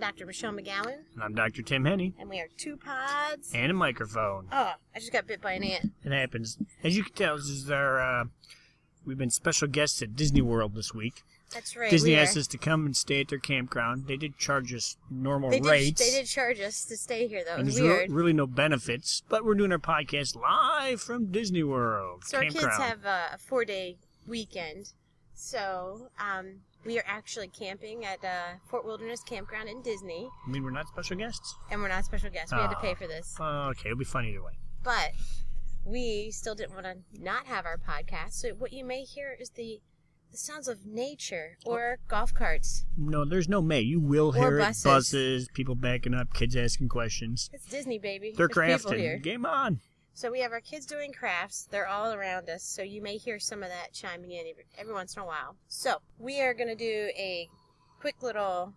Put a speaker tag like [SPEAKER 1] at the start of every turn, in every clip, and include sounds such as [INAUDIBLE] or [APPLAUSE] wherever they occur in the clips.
[SPEAKER 1] Dr. Michelle McGowan,
[SPEAKER 2] And I'm Dr. Tim Henny
[SPEAKER 1] and we are two pods.
[SPEAKER 2] and a microphone.
[SPEAKER 1] Oh, I just got bit by an ant.
[SPEAKER 2] It happens. As you can tell, this is our, uh, we've been special guests at Disney World this week.
[SPEAKER 1] That's right.
[SPEAKER 2] Disney
[SPEAKER 1] we
[SPEAKER 2] asked
[SPEAKER 1] are-
[SPEAKER 2] us to come and stay at their campground. They did charge us normal
[SPEAKER 1] they did,
[SPEAKER 2] rates.
[SPEAKER 1] they did charge us to stay here, though. It
[SPEAKER 2] And
[SPEAKER 1] was
[SPEAKER 2] there's re-
[SPEAKER 1] weird.
[SPEAKER 2] really no benefits, but we're doing our podcast live from Disney World
[SPEAKER 1] so our
[SPEAKER 2] campground.
[SPEAKER 1] kids have uh, a four day weekend. So um, we are actually camping at uh, Fort Wilderness Campground in Disney,
[SPEAKER 2] I mean, we're not special guests.
[SPEAKER 1] and we're not special guests. We had to
[SPEAKER 2] Aw.
[SPEAKER 1] pay for this.
[SPEAKER 2] Uh, okay, it'll be fun either way.
[SPEAKER 1] But we still didn't want to not have our podcast. So what you may hear is the, the sounds of nature or golf carts.
[SPEAKER 2] No, there's no May. You will
[SPEAKER 1] Or
[SPEAKER 2] hear
[SPEAKER 1] buses.
[SPEAKER 2] it. Buses, people backing up, kids asking questions.
[SPEAKER 1] It's Disney, baby.
[SPEAKER 2] They're
[SPEAKER 1] There's people here.
[SPEAKER 2] crafting. Game on.
[SPEAKER 1] So we have our kids doing crafts. They're all around us, so you may hear some of that chiming in every, every once in a while. So we are going to do a quick little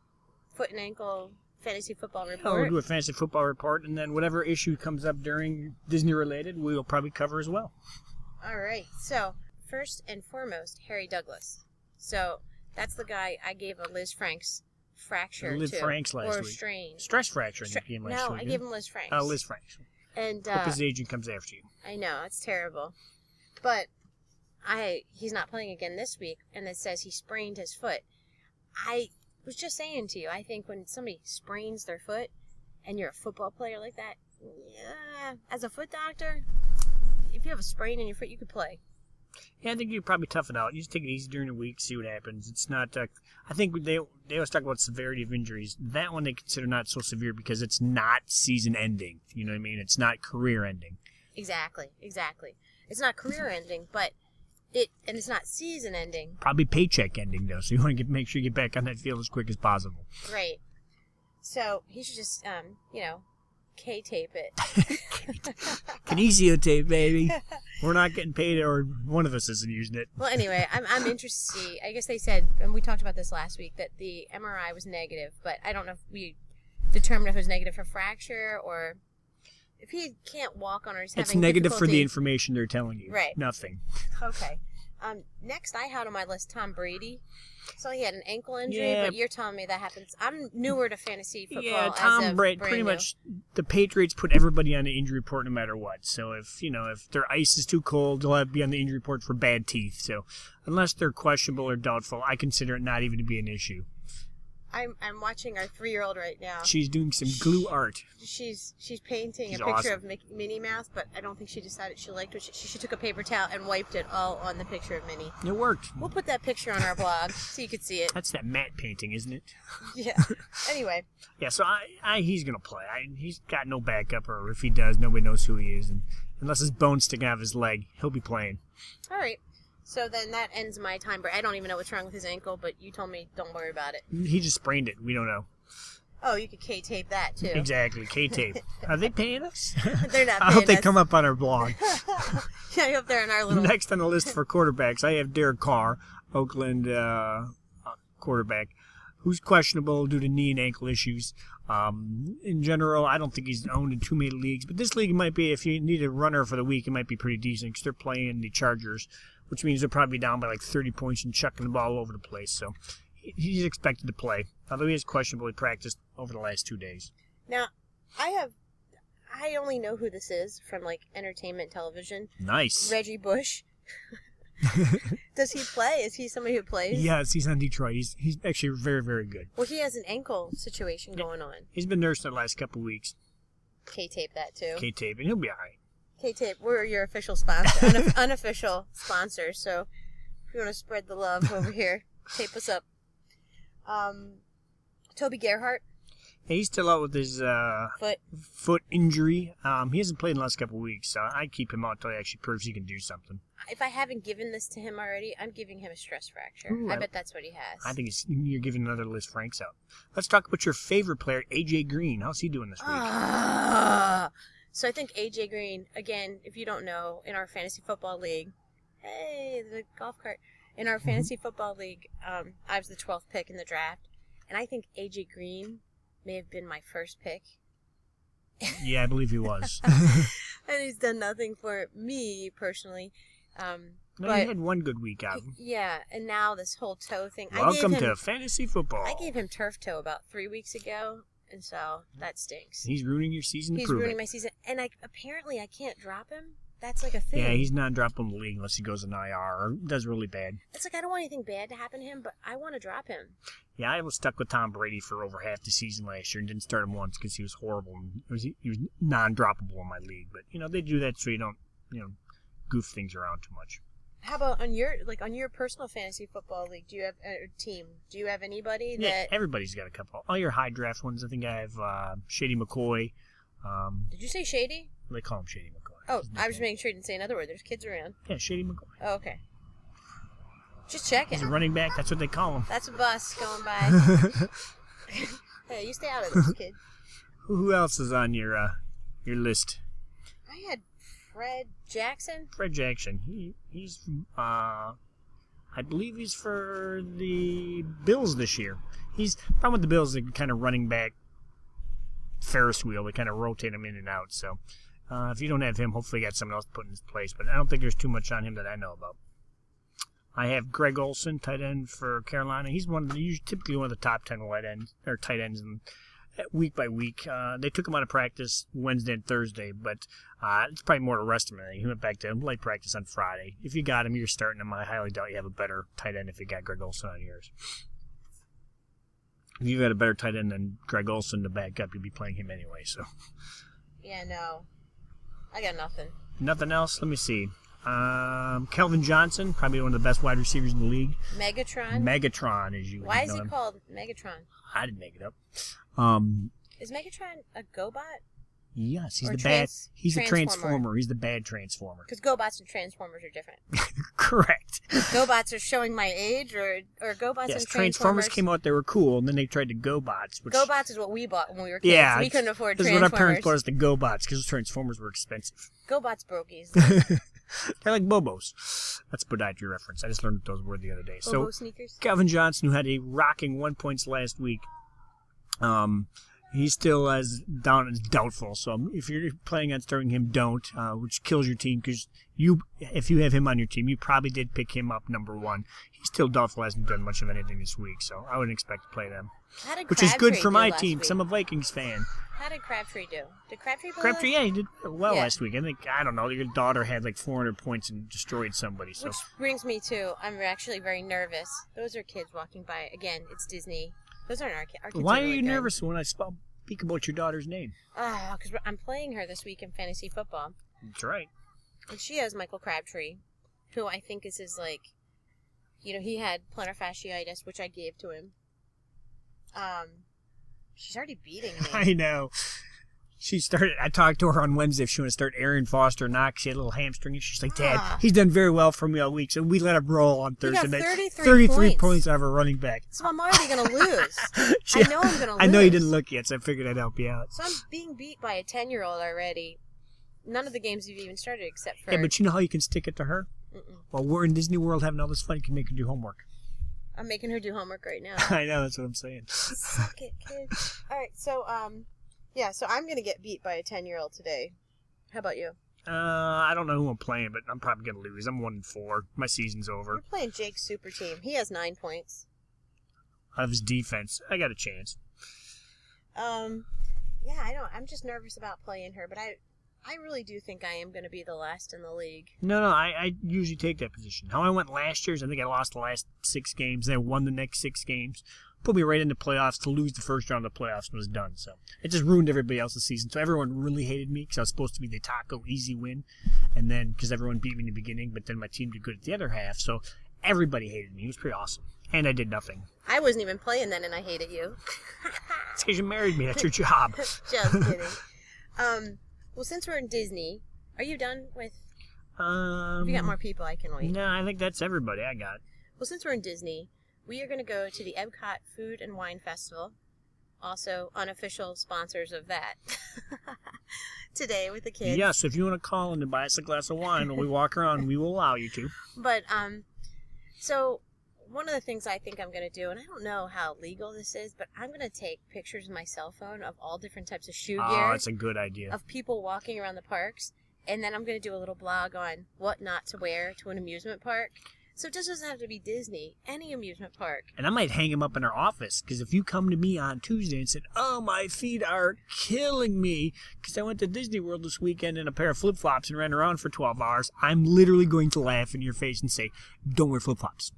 [SPEAKER 1] foot and ankle fantasy football
[SPEAKER 2] Oh, we'll
[SPEAKER 1] report.
[SPEAKER 2] do a fantasy football report, and then whatever issue comes up during Disney related, we'll probably cover as well.
[SPEAKER 1] all right. So first and foremost, Harry Douglas. So that's the guy I gave a Liz Franks fracture
[SPEAKER 2] Liz
[SPEAKER 1] to,
[SPEAKER 2] Franks last
[SPEAKER 1] or
[SPEAKER 2] week.
[SPEAKER 1] strain.
[SPEAKER 2] Stress fracture in
[SPEAKER 1] Stra-
[SPEAKER 2] the game
[SPEAKER 1] no,
[SPEAKER 2] last
[SPEAKER 1] I
[SPEAKER 2] week.
[SPEAKER 1] gave him Liz Franks.
[SPEAKER 2] uh, Liz Franks.
[SPEAKER 1] And
[SPEAKER 2] Hope
[SPEAKER 1] uh,
[SPEAKER 2] his agent comes after you.
[SPEAKER 1] I know it's terrible, but I he's not playing again this week, and it says he sprained his foot. I was just saying to you, I think when somebody sprains their foot, and you're a football player like that, yeah, as a foot doctor, if you have a sprain in your foot, you could play.
[SPEAKER 2] Yeah, I think you probably tough it out. You just take it easy during the week, see what happens. It's not. Uh, I think they they always talk about severity of injuries. That one they consider not so severe because it's not season ending. You know what I mean? It's not career ending.
[SPEAKER 1] Exactly, exactly. It's not career ending, but it and it's not season ending.
[SPEAKER 2] Probably paycheck ending though. [LAUGHS] So you want to get, make sure you get back on that field as quick as possible.
[SPEAKER 1] Right. So he should just, um, you know, K tape it.
[SPEAKER 2] Kinesio
[SPEAKER 1] [LAUGHS]
[SPEAKER 2] tape, baby. We're not getting paid, or one of us isn't using it.
[SPEAKER 1] Well, anyway, I'm, I'm interested to see. I guess they said, and we talked about this last week, that the MRI was negative, but I don't know if we determined if it was negative for fracture or if he can't walk on or is having
[SPEAKER 2] It's negative for the
[SPEAKER 1] difficulty-
[SPEAKER 2] information they're telling you.
[SPEAKER 1] Right.
[SPEAKER 2] Nothing.
[SPEAKER 1] Okay. Um, next, I had on my list Tom Brady. So he had an ankle injury,
[SPEAKER 2] Yeah.
[SPEAKER 1] but you're telling me that happens. I'm newer to fantasy football.
[SPEAKER 2] Yeah,
[SPEAKER 1] as
[SPEAKER 2] Tom
[SPEAKER 1] of
[SPEAKER 2] Brady.
[SPEAKER 1] brand
[SPEAKER 2] Pretty
[SPEAKER 1] new.
[SPEAKER 2] much, the Patriots put everybody on the injury report no matter what. So if you know if their ice is too cold, they'll have to be on the injury report for bad teeth. So unless they're questionable or doubtful, I consider it not even to be an issue.
[SPEAKER 1] I'm, I'm watching our three year old right now.
[SPEAKER 2] She's doing some glue art.
[SPEAKER 1] She's she's painting
[SPEAKER 2] She's
[SPEAKER 1] a picture
[SPEAKER 2] awesome.
[SPEAKER 1] of Mickey, Minnie Mouse, but I don't think she decided she liked it. She, she took a paper towel and wiped it all on the picture of Minnie.
[SPEAKER 2] It worked.
[SPEAKER 1] We'll put that picture on our blog so you could see it. [LAUGHS]
[SPEAKER 2] That's that matte painting, isn't it?
[SPEAKER 1] Yeah. Anyway,
[SPEAKER 2] Yeah. So I, I he's gonna play. I, he's got no backup, or if he does, nobody knows who he is. And unless his bone's sticking out of his leg, he'll be playing.
[SPEAKER 1] all right. So then that ends my time. But I don't even know what's wrong with his ankle, but you told me don't worry about it.
[SPEAKER 2] He just sprained it. We don't know
[SPEAKER 1] Oh, you could K tape that too.
[SPEAKER 2] exactly. K tape. Are they paying us?
[SPEAKER 1] [LAUGHS] They're not.
[SPEAKER 2] [LAUGHS] I hope they
[SPEAKER 1] paying us.
[SPEAKER 2] come up on our blog.
[SPEAKER 1] Yeah, [LAUGHS] I hope they're in our little.
[SPEAKER 2] Next on the list for quarterbacks, I have Derek Carr, Oakland uh, quarterback, who's questionable due to knee and ankle issues. Um, in general, I don't think he's owned in too many leagues, but this league might be, if you need a runner for the week, it might be pretty decent because they're playing the Chargers, which means they're probably down by like 30 points and chucking the ball all over the place. So he- he's expected to play, although he has questionably practiced over the last two days.
[SPEAKER 1] Now, I have. I only know who this is from like entertainment television.
[SPEAKER 2] Nice.
[SPEAKER 1] Reggie
[SPEAKER 2] [LAUGHS]
[SPEAKER 1] Bush. Does he play? Is he somebody who plays?
[SPEAKER 2] Yes, he's on Detroit. He's, he's actually very, very good.
[SPEAKER 1] Well, he has an ankle situation going on.
[SPEAKER 2] He's been nursing the last couple weeks.
[SPEAKER 1] K tape that too.
[SPEAKER 2] K tape, and he'll be all right.
[SPEAKER 1] K Tape, we're your official sponsor, [LAUGHS] uno- unofficial sponsor. So if you want to spread the love
[SPEAKER 2] [LAUGHS]
[SPEAKER 1] over here, tape us up. Um, Toby Gerhart,
[SPEAKER 2] Yeah, he's still out with his uh,
[SPEAKER 1] foot.
[SPEAKER 2] foot injury. Um, he hasn't played in the last couple of weeks, so I keep him out until he actually proves he can do something.
[SPEAKER 1] If I haven't given this to him already, I'm giving him a stress fracture.
[SPEAKER 2] Ooh,
[SPEAKER 1] I
[SPEAKER 2] I-
[SPEAKER 1] bet that's what he has.
[SPEAKER 2] I think it's, you're giving another Liz Franks out. Let's talk about your favorite player, AJ Green. How's he doing this week?
[SPEAKER 1] Ah. so I think AJ Green, again, if you don't know, in our fantasy football league, hey, the golf cart. In
[SPEAKER 2] Mm-hmm.
[SPEAKER 1] our fantasy football league, um, I was the 12th pick in the draft, and I think AJ Green may have been my first pick.
[SPEAKER 2] yeah, I believe he was.
[SPEAKER 1] [LAUGHS] and he's done nothing for me personally. Um,
[SPEAKER 2] No,
[SPEAKER 1] but
[SPEAKER 2] you had one good week out. of him.
[SPEAKER 1] yeah, and now this whole toe thing.
[SPEAKER 2] Welcome
[SPEAKER 1] I gave him,
[SPEAKER 2] to fantasy football.
[SPEAKER 1] I gave him turf toe about three weeks ago, and so that stinks.
[SPEAKER 2] he's ruining your season. to
[SPEAKER 1] He's
[SPEAKER 2] prove
[SPEAKER 1] ruining
[SPEAKER 2] it.
[SPEAKER 1] my season, and I apparently I can't drop him. That's like a thing.
[SPEAKER 2] Yeah, he's not dropping the league unless he goes in IR or does really bad.
[SPEAKER 1] It's like I don't want anything bad to happen to him, but I want to drop him.
[SPEAKER 2] Yeah, I was stuck with Tom Brady for over half the season last year and didn't start him once because he was horrible and it was, he was non-droppable in my league. But you know they do that so you don't you know goof things around too much.
[SPEAKER 1] How about on your like on your personal fantasy football league? Do you have a team? Do you have anybody
[SPEAKER 2] Yeah, eh.
[SPEAKER 1] that?
[SPEAKER 2] everybody's got a couple. All your high draft ones, I think I have uh, Shady McCoy. Um,
[SPEAKER 1] Did you say shady?
[SPEAKER 2] they call him Shady McCoy.
[SPEAKER 1] Oh,
[SPEAKER 2] His
[SPEAKER 1] I was just
[SPEAKER 2] nickname.
[SPEAKER 1] making sure you didn't say another word. There's kids around.
[SPEAKER 2] Yeah, Shady McCoy.
[SPEAKER 1] Oh, okay. Just
[SPEAKER 2] He's a
[SPEAKER 1] checking.
[SPEAKER 2] running back. That's what they call
[SPEAKER 1] [LAUGHS]
[SPEAKER 2] him.
[SPEAKER 1] That's a bus going
[SPEAKER 2] [LAUGHS]
[SPEAKER 1] by. hey, you stay out of this, kid.
[SPEAKER 2] Who else is on your uh, your list?
[SPEAKER 1] I had Fred Jackson.
[SPEAKER 2] Fred Jackson. He he's uh, I believe he's for the Bills this year. He's problem with the Bills. They're kind of running back Ferris wheel. They kind of rotate him in and out. So uh, if you don't have him, hopefully you got someone else to put in his place. But I don't think there's too much on him that I know about. I have Greg Olson, tight end for Carolina. He's one of the usually typically one of the top ten wide ends or tight ends in week by week. Uh, they took him out of practice Wednesday and Thursday, but uh, it's probably more to rest him. in. He went back to late practice on Friday. If you got him, you're starting him. I highly doubt you have a better tight end if you got Greg Olson on yours. If you got a better tight end than Greg Olson to back up, you'd be playing him anyway. So
[SPEAKER 1] Yeah, no. I got nothing.
[SPEAKER 2] nothing else. Let me see. Um, Kelvin Johnson, probably one of the best wide receivers in the league.
[SPEAKER 1] Megatron.
[SPEAKER 2] Megatron, as you would
[SPEAKER 1] Why is
[SPEAKER 2] know
[SPEAKER 1] he
[SPEAKER 2] him.
[SPEAKER 1] called Megatron?
[SPEAKER 2] I didn't make it up. Um,
[SPEAKER 1] Is Megatron a GoBot?
[SPEAKER 2] yes, he's
[SPEAKER 1] Or
[SPEAKER 2] the
[SPEAKER 1] trans-
[SPEAKER 2] bad. He's
[SPEAKER 1] transformer.
[SPEAKER 2] a transformer. He's the bad transformer. [LAUGHS]
[SPEAKER 1] Because GoBots and Transformers are different. [LAUGHS]
[SPEAKER 2] Correct.
[SPEAKER 1] GoBots are showing my age, or or GoBots
[SPEAKER 2] yes,
[SPEAKER 1] and
[SPEAKER 2] Transformers came out. They were cool, and then they tried to GoBots, which
[SPEAKER 1] GoBots is what we bought when we were kids.
[SPEAKER 2] yeah,
[SPEAKER 1] we
[SPEAKER 2] it's-
[SPEAKER 1] couldn't afford
[SPEAKER 2] This is what our
[SPEAKER 1] Transformers.
[SPEAKER 2] parents bought us the GoBots because Transformers
[SPEAKER 1] [LAUGHS]
[SPEAKER 2] were expensive.
[SPEAKER 1] GoBots brokies.
[SPEAKER 2] They're like Bobos. That's a podiatry reference. I just learned those word the other day. [LAUGHS] So
[SPEAKER 1] Bobo sneakers.
[SPEAKER 2] Calvin Johnson, who had a rocking one points last week, um, he still has down is doubtful. So um, if you're planning on starting him, don't, uh, which kills your team because you, if you have him on your team, you probably did pick him up number one. He's still doubtful, hasn't done much of anything this week, so I wouldn't expect to play them,
[SPEAKER 1] How did
[SPEAKER 2] which is good
[SPEAKER 1] Crabtree
[SPEAKER 2] for
[SPEAKER 1] do
[SPEAKER 2] my
[SPEAKER 1] last
[SPEAKER 2] team
[SPEAKER 1] week?
[SPEAKER 2] because I'm a Vikings fan.
[SPEAKER 1] How did Crabtree do? Did Crabtree pull it
[SPEAKER 2] Crabtree,
[SPEAKER 1] off?
[SPEAKER 2] yeah, he did well
[SPEAKER 1] Yeah.
[SPEAKER 2] last week. I think I don't know. Your daughter had like 400 points and destroyed somebody. So
[SPEAKER 1] Which brings me to I'm actually very nervous. Those are kids walking by. Again, it's Disney. Those aren't our, ki- our kids.
[SPEAKER 2] why are
[SPEAKER 1] really
[SPEAKER 2] you
[SPEAKER 1] good.
[SPEAKER 2] nervous when I sp- speak about your daughter's name?
[SPEAKER 1] Ah, because I'm playing her this week in fantasy football,
[SPEAKER 2] That's right. [LAUGHS]
[SPEAKER 1] and she has Michael Crabtree, who I think is his like, you know, he had plantar fasciitis, which I gave to him. Um, she's already beating me.
[SPEAKER 2] [LAUGHS] I know. She started. I talked to her on Wednesday if she want to start Aaron Foster Knox. She had a little hamstring, and she's like, "Dad,
[SPEAKER 1] Ah.
[SPEAKER 2] he's done very well for me all week." So we let him roll on
[SPEAKER 1] He
[SPEAKER 2] Thursday.
[SPEAKER 1] got
[SPEAKER 2] night.
[SPEAKER 1] 33
[SPEAKER 2] points.
[SPEAKER 1] points.
[SPEAKER 2] out of a running back.
[SPEAKER 1] so I'm already gonna
[SPEAKER 2] [LAUGHS]
[SPEAKER 1] lose.
[SPEAKER 2] She-
[SPEAKER 1] I know I'm gonna. Lose.
[SPEAKER 2] [LAUGHS] I know you didn't look yet, so I figured I'd help you out.
[SPEAKER 1] So I'm being beat by a ten year old already. None of the games have even started except for.
[SPEAKER 2] Yeah, but you know how you can stick it to her.
[SPEAKER 1] Mm-mm.
[SPEAKER 2] While we're in Disney World having all this fun, you can make her do homework. [LAUGHS]
[SPEAKER 1] I'm making her do homework right now.
[SPEAKER 2] I know that's what I'm saying.
[SPEAKER 1] Suck it, kid. All right, so um, yeah, so I'm gonna get beat by a ten year old today. How about you?
[SPEAKER 2] Uh, I don't know who I'm playing, but I'm probably gonna lose. I'm one and four. My season's over.
[SPEAKER 1] You're playing Jake's super team. He has nine points.
[SPEAKER 2] Out of his defense, I got a chance.
[SPEAKER 1] Um, yeah, I don't. I'm just nervous about playing her, but I, I really do think I am gonna be the last in the league.
[SPEAKER 2] No, no, I, I usually take that position. How I went last year's, I think I lost the last six games, then I won the next six games. Put me right into playoffs to lose the first round of the playoffs and was done. So it just ruined everybody else's season. So everyone really hated me because I was supposed to be the taco easy win, and then because everyone beat me in the beginning, but then my team did good at the other half. So everybody hated me. It was pretty awesome, and I did nothing.
[SPEAKER 1] I wasn't even playing then, and I hated you.
[SPEAKER 2] It's because you married me. That's your job. [LAUGHS]
[SPEAKER 1] just kidding. Um, well, since we're in Disney, are you done with?
[SPEAKER 2] Um,
[SPEAKER 1] If you got more people, I can wait.
[SPEAKER 2] No, I think that's everybody I got.
[SPEAKER 1] Well, since we're in Disney, we are going to go to the Epcot Food and Wine Festival, also unofficial sponsors of that, [LAUGHS] today with the kids.
[SPEAKER 2] Yes, if you want to call in and buy us a glass of wine while we walk around, we will allow
[SPEAKER 1] [LAUGHS]
[SPEAKER 2] you to.
[SPEAKER 1] But um, so one of the things I think I'm going to do, and I don't know how legal this is, but I'm going to take pictures of my cell phone of all different types of shoe
[SPEAKER 2] Oh,
[SPEAKER 1] gear
[SPEAKER 2] that's a good idea.
[SPEAKER 1] of people walking around the parks, And then I'm going to do a little blog on what not to wear to an amusement park. So it just doesn't have to be Disney, any amusement park.
[SPEAKER 2] And I might hang him up in our office because if you come to me on Tuesday and said, "Oh, my feet are killing me," because I went to Disney World this weekend in a pair of flip flops and ran around for 12 hours, I'm literally going to laugh in your face and say, "Don't wear flip flops."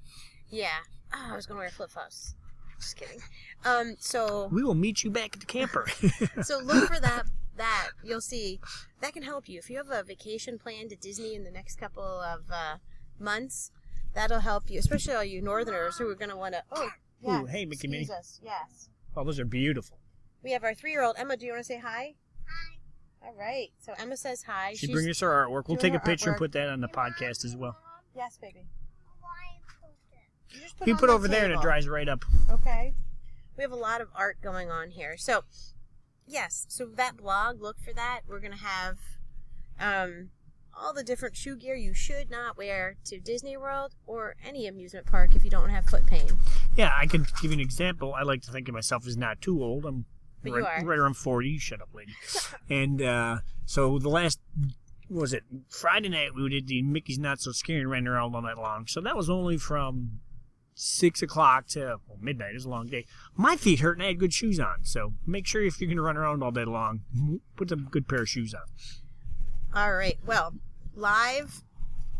[SPEAKER 1] Yeah. Oh, I was going to wear flip flops. Just kidding. Um, so
[SPEAKER 2] We will meet you back at the camper. [LAUGHS]
[SPEAKER 1] so look for that. That you'll see that can help you if you have a vacation planned to Disney in the next couple of uh, months. That'll help you, especially all you Northerners who are going to want to. Oh, yeah.
[SPEAKER 2] Ooh, hey, Mickey Minnie.
[SPEAKER 1] excuse us. Yes.
[SPEAKER 2] Oh, those are beautiful.
[SPEAKER 1] We have our three-year-old Emma. Do you want to say hi? Hi. All right. So Emma says hi.
[SPEAKER 2] She
[SPEAKER 1] She's-
[SPEAKER 2] bring us her artwork. We'll
[SPEAKER 1] doing
[SPEAKER 2] take a
[SPEAKER 1] her
[SPEAKER 2] picture and
[SPEAKER 1] artwork.
[SPEAKER 2] put that on the podcast as well.
[SPEAKER 1] Yes, baby. You just
[SPEAKER 2] You
[SPEAKER 1] it
[SPEAKER 2] put
[SPEAKER 1] on the
[SPEAKER 2] over there and it
[SPEAKER 1] table.
[SPEAKER 2] dries right up.
[SPEAKER 1] Okay. We have a lot of art going on here. So, yes, so that blog, look for that. We're going to have um, all the different shoe gear you should not wear to Disney World or any amusement park if you don't have foot pain.
[SPEAKER 2] Yeah, I could give you an example. I like to think of myself as not too old. I'm
[SPEAKER 1] But you
[SPEAKER 2] right,
[SPEAKER 1] are.
[SPEAKER 2] right around 40. You Shut up,
[SPEAKER 1] [LAUGHS]
[SPEAKER 2] lady. and uh, so the last, what was it Friday night, we did the Mickey's Not So Scary and ran around all night long. So that was only from 6 o'clock to well, midnight. It was a long day. My feet hurt and I had good shoes on. So make sure if you're going to run around all day long, put some good pair of shoes on.
[SPEAKER 1] All right. Well, live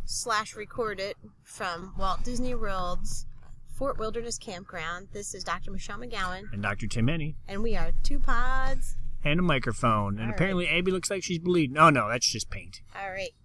[SPEAKER 1] slash recorded from Walt Disney World's Fort Wilderness Campground. This is Dr. Michelle McGowan,
[SPEAKER 2] And Dr. Tim Ennie.
[SPEAKER 1] and we are two pods.
[SPEAKER 2] and a microphone. And
[SPEAKER 1] All right.
[SPEAKER 2] apparently, Abby looks like she's bleeding. Oh no, that's just paint.
[SPEAKER 1] All right.